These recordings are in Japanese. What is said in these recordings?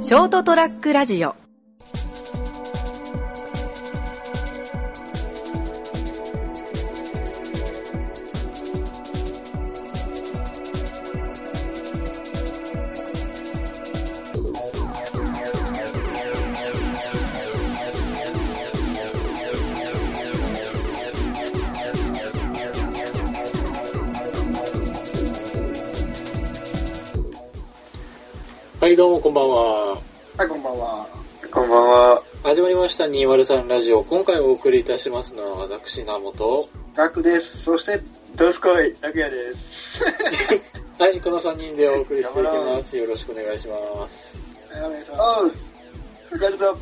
ショートトラックラジオはい、どうもこんばんは。はい、こんばんは。こんばんは。始まりました203ラジオ。今回お送りいたしますのは私、名本。ガクです。そして、どすこい、たくやです。はい、この3人でお送りしていきます。よろしくお願いします。はいお願いしまおう、や るぞ。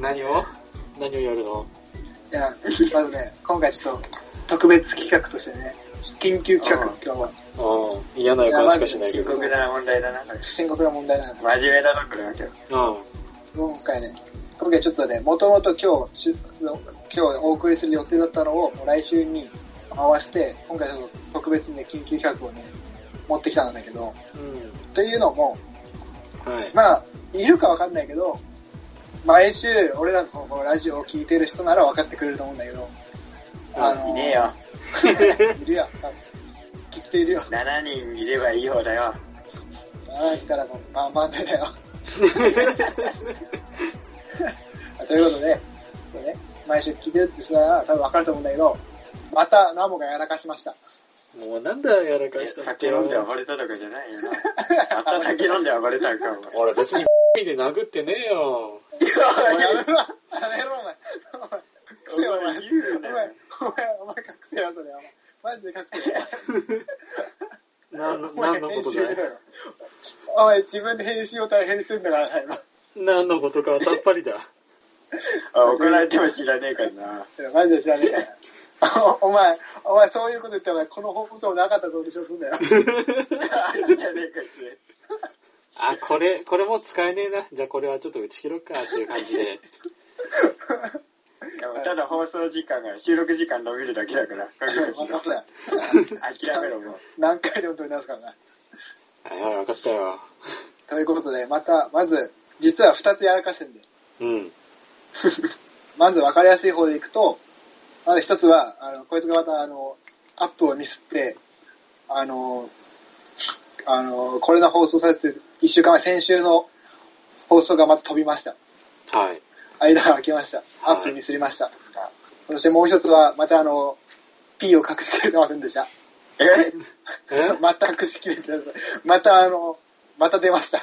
何を何をやるのす。いや、まずね、今回ちょっと、特別企画としてね、緊急企画、うん今日は。うん、嫌な予感しかしないけ深ど。うん。刻な問題だな。深刻な問題なんで、真面目だな、これは今日。今回ね、今回ちょっとね、もともと今日し、今日お送りする予定だったのを、もう来週に回して、今回ちょっと特別にね、緊急企画をね、持ってきたんだけど、うというのも、ん。はい。まあ、いるかわかんないけど、毎週、俺らのこのラジオを聞いてる人なら分かってくれると思うんだけど、いねえよ。いるや、多分きっといるよ。 7人いればいい方だよ。ああ、いたらもう、まあまあだ よ。ということで、これね、毎週聞いてるって人なら多分分かると思うんだけど、また、ナモがやらかしました。もうなんだよ、やらかした酒飲んであ暴れたとかじゃないよな。また酒飲んで暴れたのか、おれ、別にで殴ってねえよ。お前やめろ、やめろ、お前。お前、前。おお前前、言うよおね前、お前、お前隠せよ、それ。お前マジで隠せよ。なんの、お前なんのことだ編集いよお前、自分で編集を大変にしてんだからな、今。何のことかはさっぱりだ。あ怒られても知らねえからな。いやマジで知らねえから。 おお前、お前そういうこと言ったら、この放送なかったとでしょすんだよ。 あれじゃねえかって。 あ、これ、これもう使えねえな。じゃあこれはちょっと打ち切ろうかっていう感じ で。でもただ放送時間が、収録時間伸びるだけだから、分かったよ。諦めろもう。何回でも撮り直すからな。はいはい、わかったよ。ということで、また、まず、実は2つやらかしてんで、うん。まず分かりやすい方でいくと、まず1つは、あの、こいつがまた、あの、アップをミスって、あの、あの、これの放送されて、1週間前、先週の放送がまた飛びました。はい。間が空きました。アップミスりました。そしてもう一つは、またあの、P を隠しきれてませんでした。ええまた隠しきれてません。またあの、また出ました。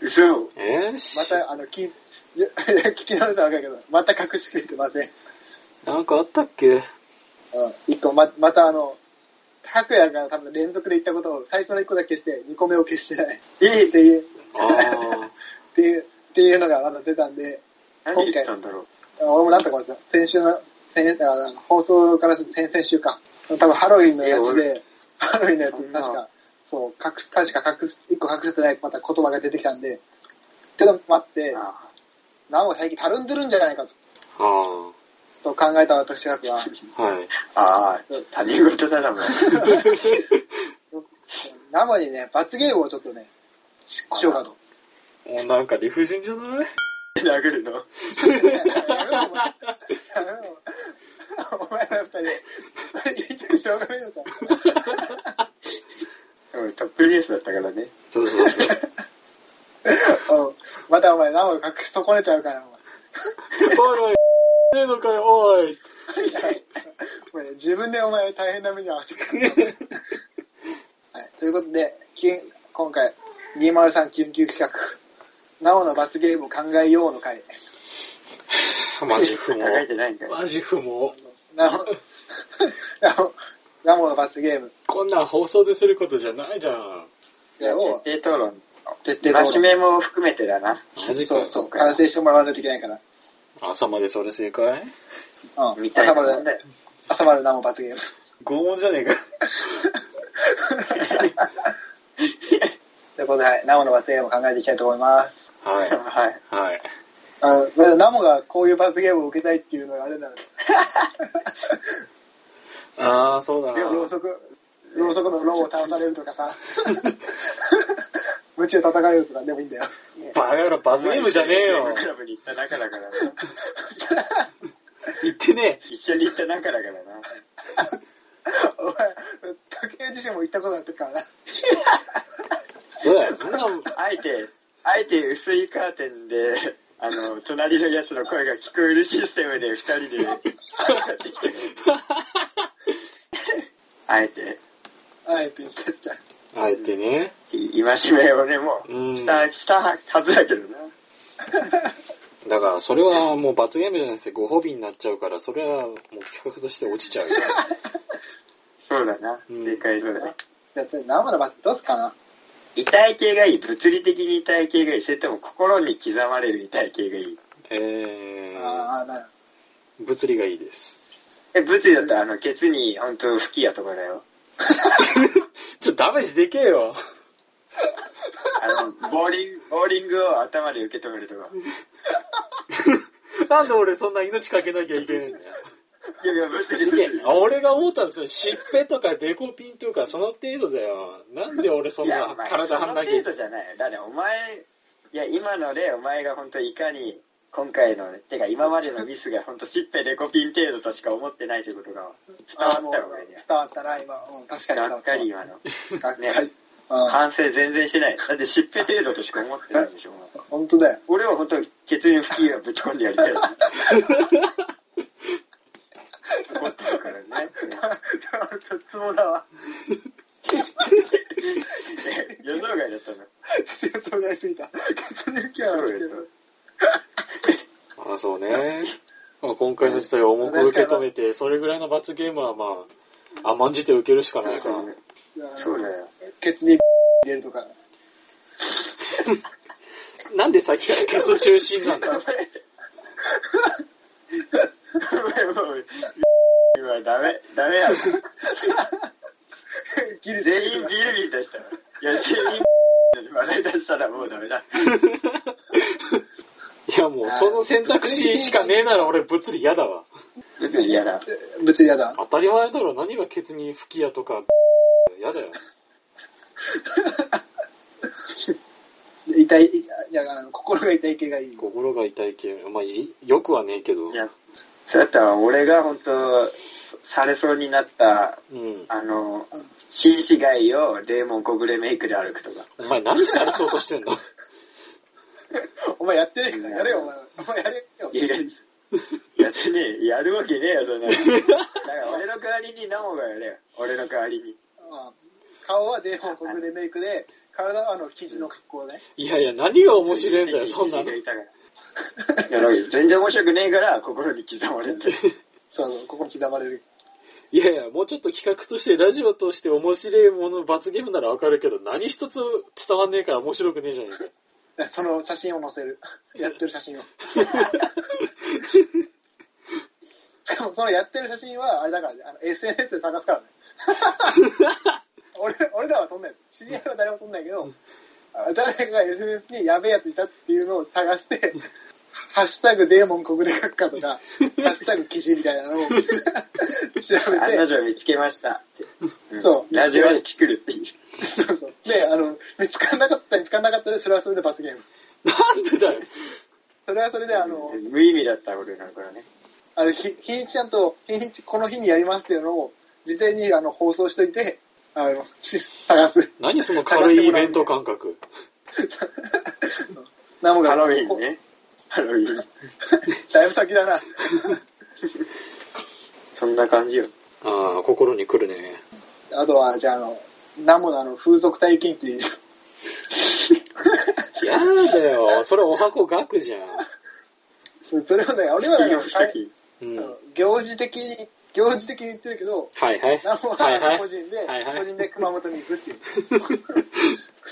嘘えまたあの、聞いいや聞き直したらわかるけど、また隠しきれてません。なんかあったっけうん。一個、ま、またあの、白夜が多分連続で言ったことを最初の一個だけ消して、二個目を消してない。ええっていう、っあ あ。ていう、っていうのがまだ出たんで、何言ったんだろう俺もなんとかですよ。先週の、先あ放送からすると先々週か。多分ハロウィンのやつえで、ハロウィンのやつそん確なか、そう、隠す、確か隠す、一個隠せてないまた言葉が出てきたんで、ってのもあって、あなお最近たるんでるんじゃないかあと考えた私学は、あ。はい。あ、他人事だな、もう。なおにね、罰ゲームをちょっとね、ししようかと。 もうなんか理不尽じゃない殴るの。やめろお前やめろお前ら二人、言いたいしょうがないのか。うんトップニュースだったからね。そうそうそう。うんまたお前、なお隠し損ねちゃうから、お前。 おいおい、ねえのかよ、おい。これね自分でお前大変な目に遭わせてくる。 はい、ということで、きゅん今回、203緊急企画、なおの罰ゲームを考えようの回。マジ不考えて毛。ないんかい。マジ不毛。なお、 なお、なおの罰ゲームこんなん放送ですることじゃないじゃん。を徹底討論。徹底討論。真面目も含めてだな。マジそかう。そう、完成してもらわないといけないから。朝までそれ正解うん、みたい朝なまもんで、だよ。朝までなお罰 ゲーム。拷問じゃねえか。ということで、はい、なおの罰ゲームを考えていきたいと思います。はい。はい。はい。あの、まずナモがこういう罰ゲームを受けたいっていうのがあれなの。ああ、そうだろうな。そく、ろうそくのローを倒されるとかさ。無知で戦えよとかでもいいんだよ。バカ野郎、バズゲームじゃねえ よ。クラブに行った中だからな。言ってね一緒に行った中だからな。お前、竹内自身も行ったことあってからな。え。そうだよ、そんな、あえて、あえて薄いカーテンで、あの、隣のやつの声が聞こえるシステムで二人で、あえて、あえて言ってった。あえてね。戒めをね、もう、うん。した、したはずだけどな。だから、それはもう罰ゲームじゃなくてご褒美になっちゃうから、それはもう企画として落ちち ゃうよ。そうだな。うん正解そうだな。じゃあ、生のバッテどうすかな痛い系がいい。物理的に痛い系がいい。それとも心に刻まれる痛い系がいい。えー、ああ、なる物理がいいです。え、物理だったら、あの、ケツに、本当吹き矢とかだよ。ちょ、ダメージでけえよ。あの、ボーリング、ボーリングを頭で受け止めるとか。なんで俺そんな命かけなきゃいけないんだよ。いやいや、物理すげえ。俺が思ったんですよ。しっぺとかデコピンとかその程度だよ。なんで俺そんいや、なお前、体張んなきゃいその程度じゃない。だって、お前、いや、今ので、お前が本当いかに、今回の、てか今までのミスが本当しっぺデコピン程度としか思ってないということが伝わあったーもおう前には。伝わったな、今。うん、確かに伝がわっっかた。り今の。がっかり。ねうん。反省全然しない。だってしっぺ程度としか思ってないでしょ。本当だよ。俺は本当に血縁付近をぶち込んでやりたい。怒ってるからね。つもだわ。予想外だったの。予想外すぎた。血入気はしてる。あ、そうね。まあ、今回の事態を重く受け止めて、それぐらいの罰ゲームはまあ、甘んじて受けるしかないかそうらだ。よ。そうだよ。血に入れるとか。なんでさっきからケツ中心なんだよ。もう今ダメ、ダメや。ギリ全員ビリビリ出したら。いや、全員笑い出したらもうダメだ。いやもうその選択肢しかねえなら俺物理嫌だわ。別に嫌だ。物理嫌だ。当たり前だろ。何がケツに吹き矢とか、嫌だよ。痛い、いや、あの、心が痛い系がいい。心が痛い系。まあ、いよくはねえけど。いや、そうやったら俺が本当されそうになった、うん。あの、紳士街をデーモン小暮メイクで歩くとか。お前何されそうとしてんの お前やってないから、やれよ、お前。お前やれよい。や、やってねえ。やるわけねえよ、そ んなの。だから俺の代わりにナモがやれよ。俺の代わりうに。ん顔はデーモン国でメイクで、体はあの、生地の格好ね。いやいや、何が面白いんだよ、そんなの。いや、だから全然面白くねえから、心に刻まれ て。そうそう、ここに刻まれる。いやいや、もうちょっと企画として、ラジオとして面白いもの、罰ゲームならわかるけど、何一つ伝わんねえから面白くねえじゃねえかよ。その写真を載せる。やってる写真を。しかも、そのやってる写真は、あれだからね、あの、SNS で探すからね。俺、俺らは撮んない。知り合いは誰も撮んないけど、あ誰かが SNS にやべえやついたっていうのを探して、ハッシュタグデーモン国で書くかとか、ハッシュタグ記事みたいなのを調べ案て、の定見つけました。んそうラジオでチクるっていう。そうそう。で、あの、見つからなかったら見つからなかったで、それはそれで罰ゲーム。なんでだよ。それはそれで、あの、無意味だった俺なんかね。あの、ひ、日にちちゃんと、日にち、この日にやりますっていうのを、事前に、あの、放送しといて、あの、し探す。何その軽いイベント感覚。ナモが、ハロウィンね。ハロウィン。こだいぶ先だな。そんな感じよ。ああ、心に来るね。あとは、じゃあ、あの、ナモのあの、風俗体験記でいいじゃん。やだよ。それお箱額じゃん。それをね、俺はね、あうん。の行事的に、行事的に言ってるけど、はいはい。ナモはいはは個い。人で、はいはい個人で熊本に行くっていう。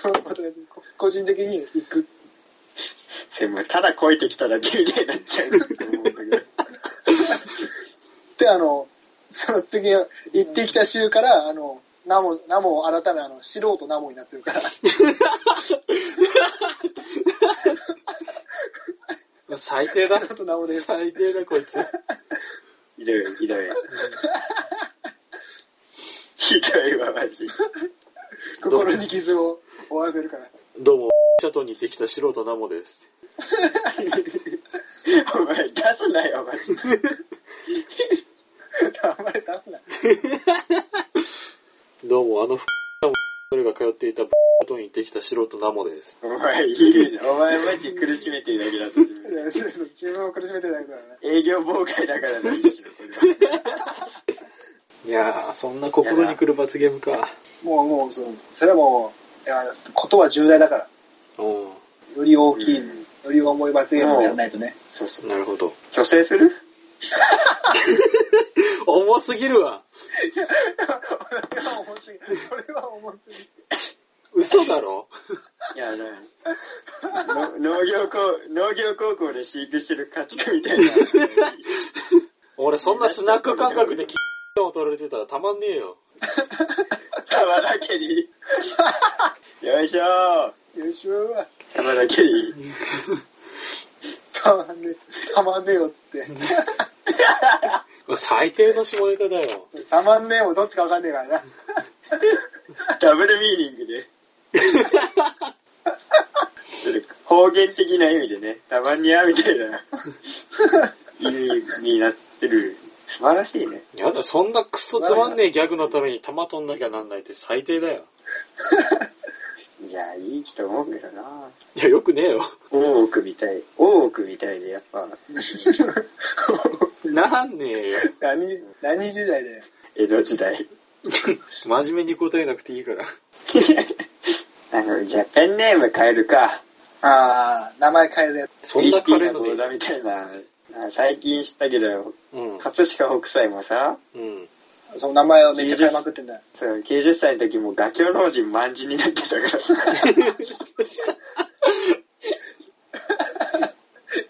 熊本に個人的に行く。でも、ただこいてきただけみたいになっ ちゃうって思うんだけど。で、あの、その次、行ってきた週から、あの、ナモ、ナモを改め、あの、素人ナモになってるから。最低だちょ。っと名をです。最低だ、こいつ。ひどい、ひどい。ひどいわ、マジ。心に傷を負わせるから。どうも、シャトに行ってきた素人ナモです。お前、出すなよ、マジで。あんまり出すな。どうも、あの、ふそれが通っていた、シャトに行ってきた素人ナモです。お前、いいねお前マジ苦しめてるだけだと自分。自分を苦しめてるだけだからね。営業妨害だから何しろ、これは。いやー、そんな心に来る罰ゲームか。もう、もう、そのそれはもう、いやことは重大だから。おより大きい、うんより重い罰ゲームをやらないとね。そうそうー。なるほど。虚勢する重すぎるわ。それは重すぎ。それは重すぎ。嘘だろいや、なんかの農業高、農業高校で飼育してる家畜みた いな。俺、そんなスナック感覚で、キッを取られてたらたまんねえよ。玉だけに。よいしょー。よいしょー。玉だけに。たまんねえ、たまんねえよって。最低の下ネタだよ。たまんねえもどっちかわかんねえからな。ダブルミーニングで。それ方言的な意味でね、たまにゃみたいな意味になってる。素晴らしいね。やだ、そんなクソつまんねえギャグのために玉取んなきゃなんないって最低だよ。いや、いいと思うけどな。いや、よくねえよ。 大奥みたい。大奥みたいで、やっぱ、 なんねえよ。何、何時代だよ。江戸時代。真面目に答えなくていいから。あの、じゃあペンネーム変えるか。あー、名前変えるやつ。そんなフィリ軽いピンののでいボいー。ダみたいな。あ最近知ったけど、うん。葛飾北斎もさ、うん。その名前をめっちゃ変えまくってんだよ。そう90歳の時もう画狂老人万事になってたから。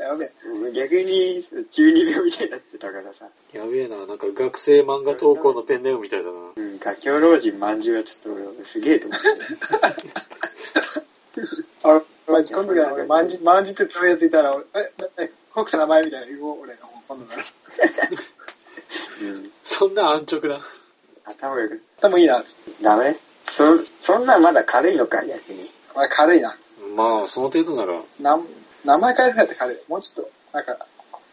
やべえ。逆に中二病みたいになってたからさ、やべえな、なんか学生漫画投稿のペンネームみたいだな。うん、画狂老人まんじゅうはちょっと俺すげえと思ってあ、まあ、今度から俺、まんじ、まんじってつぶやついたら、俺え、え、国クさん名前みたいな言おう、俺。もう今度から。た、うん、そんな安直な。頭がでもいいな、つって。ダメそそんなんまだ軽いのか逆にお前軽いな。まあ、その程度なら。なん名前変えるやって軽い。もうちょっと、なんか、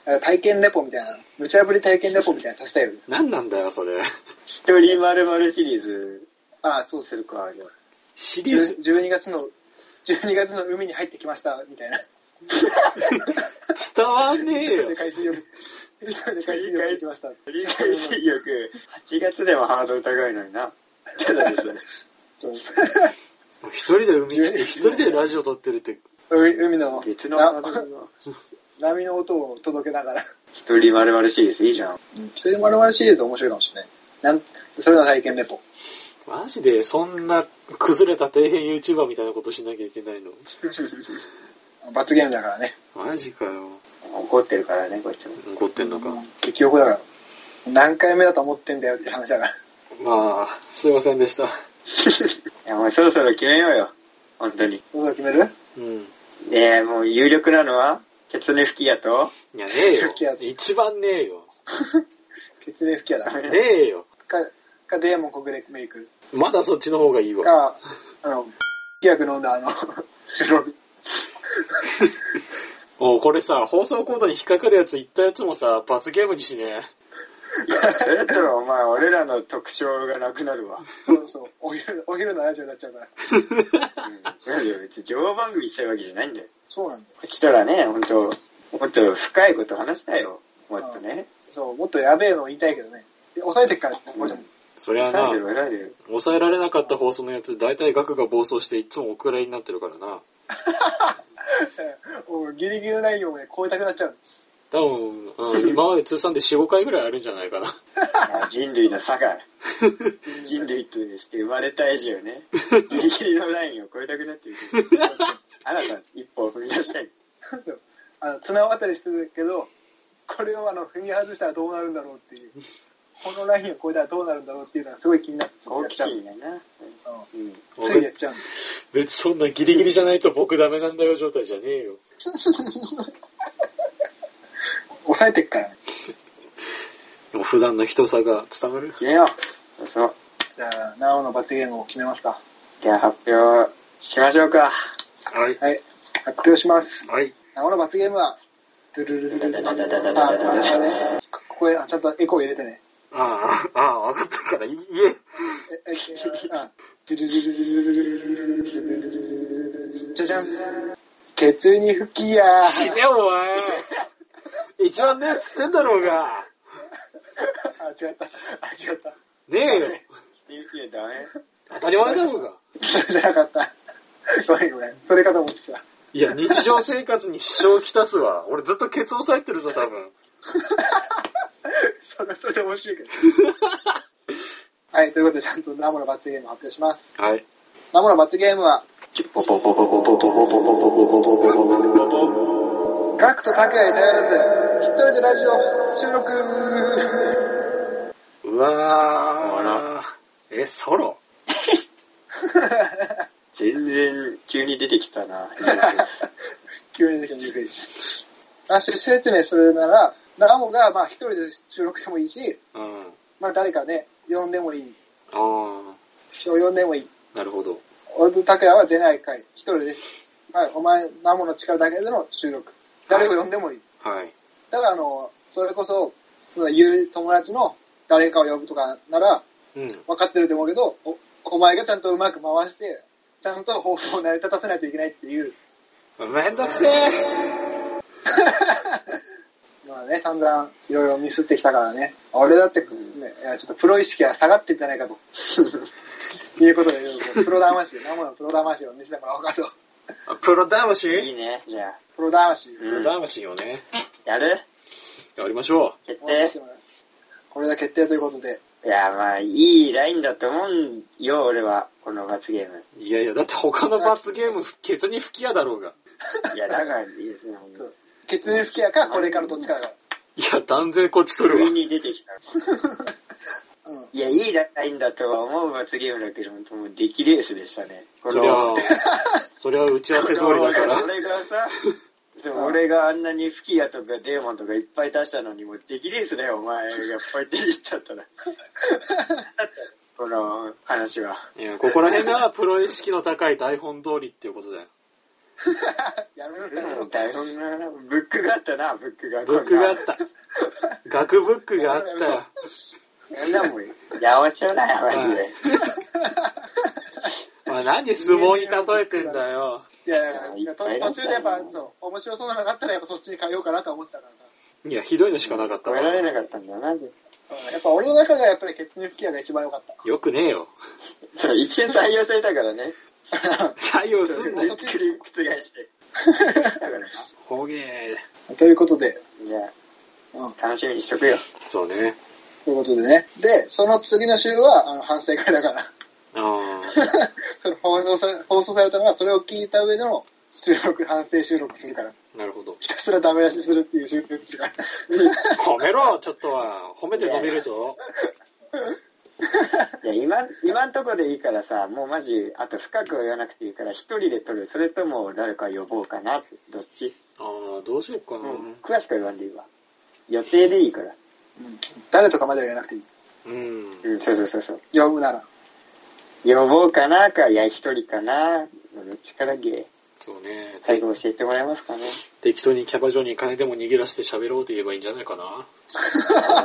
なんか体験レポみたいな。無茶ぶり体験レポみたいなのさせたいよ。なんなんだよ、それ。一人まるまるシリーズああ、そうすする。るかじゃあシリーズ12月の、12月の海に入ってきました、みたいな。伝わんねえ一人よで。海水浴、一人で海水浴行きました。理解水浴8月でもハードル高いのになただですねそう一人で海来て、一人でラジオ撮ってるって、海海の別のハーなドルの波の音を届けながら。一人まるまるシリーズいいじゃん一人丸々シリーズ面白いかもしれない。なんそれの体験レポ。マジでそんな崩れた底辺 YouTuber みたいなことしなきゃいけないの。罰ゲームだからね。マジかよ。怒ってるからねこっちも怒ってんのか。結局だから、何回目だと思ってんだよって話だから。まあ、すいませんでした。いやもうそろそろ決めようよ本当にどうぞ決めるうん。でもう有力なのはケツネフキヤといや、ねえよさっきやっ。一番ねえよ。血明吹きやだ。ねえよ。か、か、デーモン国レメイク。まだそっちの方がいいわ。か、あの、飛躍飲んだあの、白い。おうこれさ、放送コードに引っかかるやつ言ったやつもさ、罰ゲームにしねいや、それだったらお前、俺らの特徴がなくなるわ。そうそう、お昼、お昼のラジオになっちゃうから。うん。なんだよ、別に情報番組したいわけじゃないんだよ。そうなんだよ。こっちとらね、ほんと、もっと深いこと話したいよ。もっとね。そう、もっとやべえの言いたいけどね。で抑えてっから、もうちょっとそりゃ抑なえて、る、抑えてる。抑えられなかった放送のやつ、大体額が暴走していつもお蔵入りになってるからな。もうギリギリのラインをね、超えたくなっちゃう。多分、 うん、今まで通算で4、5回ぐらいあるんじゃないかな。 あ人類の差が、人類として生まれた以上ね、ギリギリのラインを超えたくなってる。あなた、一歩を踏み出したい。あの、綱渡りしてるけど、これをあの、踏み外したらどうなるんだろうっていう。このラインを超えたらどうなるんだろうっていうのはすごい気になって、ちょ好っとやっ奇ちゃう。心がな。うん。うん。ついやっちゃうんだよ。別にそんなギリギリじゃないと僕ダメなんだよ状態じゃねえよ。抑えてっからね。でも普段の人さが伝わる。決めよう。そうそう。じゃあ、なおの罰ゲームを決めますか。じゃあ発表しましょうか。はい。はい。発表します。はい。生の罰ゲームは、ドゥルルルルルルあ、これしたね。こここへ、あちゃんとエコー入れてね。ああ、ああ、分かったから、いい言 え。え、え、あ、ドゥルルルルルルルルルルルルルルじゃじゃん。血に吹きや死ね、お前。一番ねえっつってんだろうが。あ、違った。あ、違った。ねえよ。ていうけどダメ。当たり前だろうが。それじゃなかった。ごめんごめん。それかと思ってた。いや、日常生活に支障をきたすわ。俺ずっとケツ押さえてるぞ、多分。それはそれで面白いけど。はい、ということで、ちゃんとナモの罰ゲームを発表します。はい。ナモの罰ゲームは、ガクとタクヤに頼らず、一人でラジオ収録うわあーら。え、ソロ全然急に出てきたな。急にできたニューフェイス。あ、趣旨説明するなら、ナモがまあ一人で収録でもいいし、うん。あまあ誰かね、呼んでもいい。あ、人を呼んでもいい。なるほど。俺と拓也は出ない回、一人で、はい、お前、ナモの力だけでの収録。誰を呼んでもいい。はい。だから、あの、それこそ、その友友達の誰かを呼ぶとかなら、うん。分かってると思うけど、おお前がちゃんとうまく回して、ちゃんと方法を成り立たせないといけないっていう、めんどくせえ。まあね、散々いろいろミスってきたからね。俺だって、ね、いやちょっとプロ意識が下がってんじゃないか と。いうことで、プロ魂、ナモのプロ魂を見せてもらおうかと。あプロいい魂ね、じゃあ。プロ魂。プロ魂をね、やるやりましょ決お願いして定もらうこれが決定ということで。いや、まあ、いいラインだと思うんよ、俺は。この罰ゲーム。う。いやいや、だって他の罰ゲーム、ケツに吹き矢だろうが。いや、だからいいですね、ほんそとう。血縁吹きやか、これからどっちかだかいや、断然こっち取る急わ。に出てきた。ら。うん。いや、いいラインだとは思う罰ゲームだけど、ほんともう出来レースでしたね。こそりゃあ、そりゃ打ち合わせ通りだから。俺が さ、でも俺があんなに吹き矢とかデーモンとかいっぱい出したのに、もう出来レースだよ、お前がいっぱい出てきちゃっ たら。この話は。いや、ここら辺がプロ意識の高い台本通りっていうことだよ。やめろでもよ。台本が、ブックがあったな、ブックが。ブックがあった。学ブックがあったよ。こんなもん、やおちょだよ、マジで。まあ、何相撲に例えてんだよ。いやいやいや、途中でやっぱ、そう、面白そうなのがあったら、やっぱそっちに変えようかなと思ってたからいや、ひどいのしかなかった止わめ。られなかったんだよな。さ。やっぱ俺の中がやっぱり血縁吹きやが一番良かった。よくねえよ。そう、一瞬採用されたか らね。採用すびっんなよ。くり覆して。だからな。ほげえ。ということで、じゃうん、あ、楽しみにしとくよ。そうね。ということでね。で、その次の週は、あの、反省会だから。あその放送さ、放送されたのは、それを聞いた上での収録、反省収録するから。あ、なるほど。ひたすらダメ出しするっていう収録するから。褒めろ、ちょっとは。褒めて伸びるぞ。いや今今んとこでいいからさもうマジあと深くは言わなくていいから一人で撮るそれとも誰か呼ぼうかなってどっち、ああ、どうしようかな。うん、詳しくは言わんでいいわ予定でいいからうん 誰とかまでは言わなくていい。うん。うんそうそうそうそう呼ぶな ら。呼ぼうかなかいや一人かなどっちからゲそうね。最後教えてもらえますかね適当にキャバ嬢に金でも逃げ出して喋ろうと言えばいいんじゃないかな。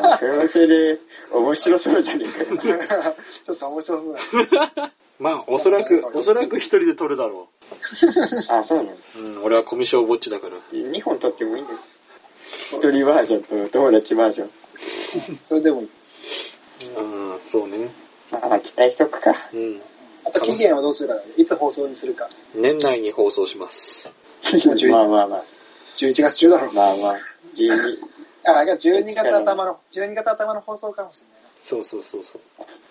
あーそれはそれで面白そうじゃねえかよちょっと面白そうだ。まあ、おそらく、おそらく一人で撮るだろあそうなのう。うん、俺はコミュ障ぼっちだから。 2本撮ってもいいんだよ一人バージョンと友達バージョンそれでもいい。うん、そうね。まあ期待しとくかうん。あと期限はどうするかだね。いつ放送にするか。年内に放送します。もう11まあまあまあ11月中だろう。まあまあ12あ、じゃあ12月頭の、12月頭の放送かもしれないな。そうそうそうそ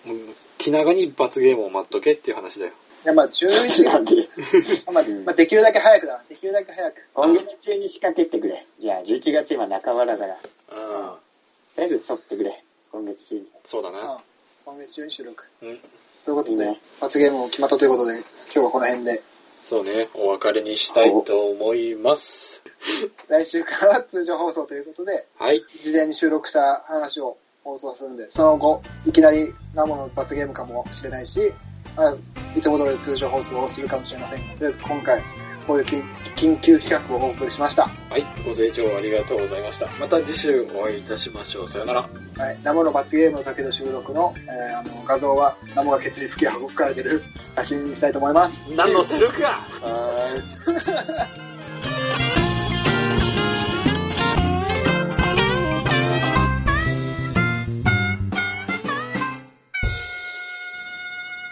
う。うん気長に罰ゲームを待っとけっていう話だよ。いや、まあ11なんで月、 まあ、まあ、できるだけ早くだな。できるだけ早く。今月中に仕掛けてくれ。じゃあ、11月今半ばだから、うとん。りあえず取ってくれ。今月中に。そうだうんな。。今月中に収録。うん。ということいいでね、罰ゲームも決まったということで、今日はこの辺で。そうね。お別れにしたいと思います。来週からは通常放送ということで、はい。事前に収録した話を放送するんで、その後、いきなりナモの罰ゲームかもしれないし、あいつも通り通常放送をするかもしれませんが、とりあえず今回、こういう緊緊急企画をお送りしました。はい、ご清聴ありがとうございました。また次週お会いいたしましょう。さよなら。はい、ナモの罰ゲームの時の収録の,、えーあの画像はナモが血に吹き運ぶから出る写真にしたいと思います。何のせるかはーい。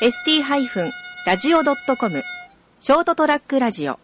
ST-radio.com ショートトラックラジオ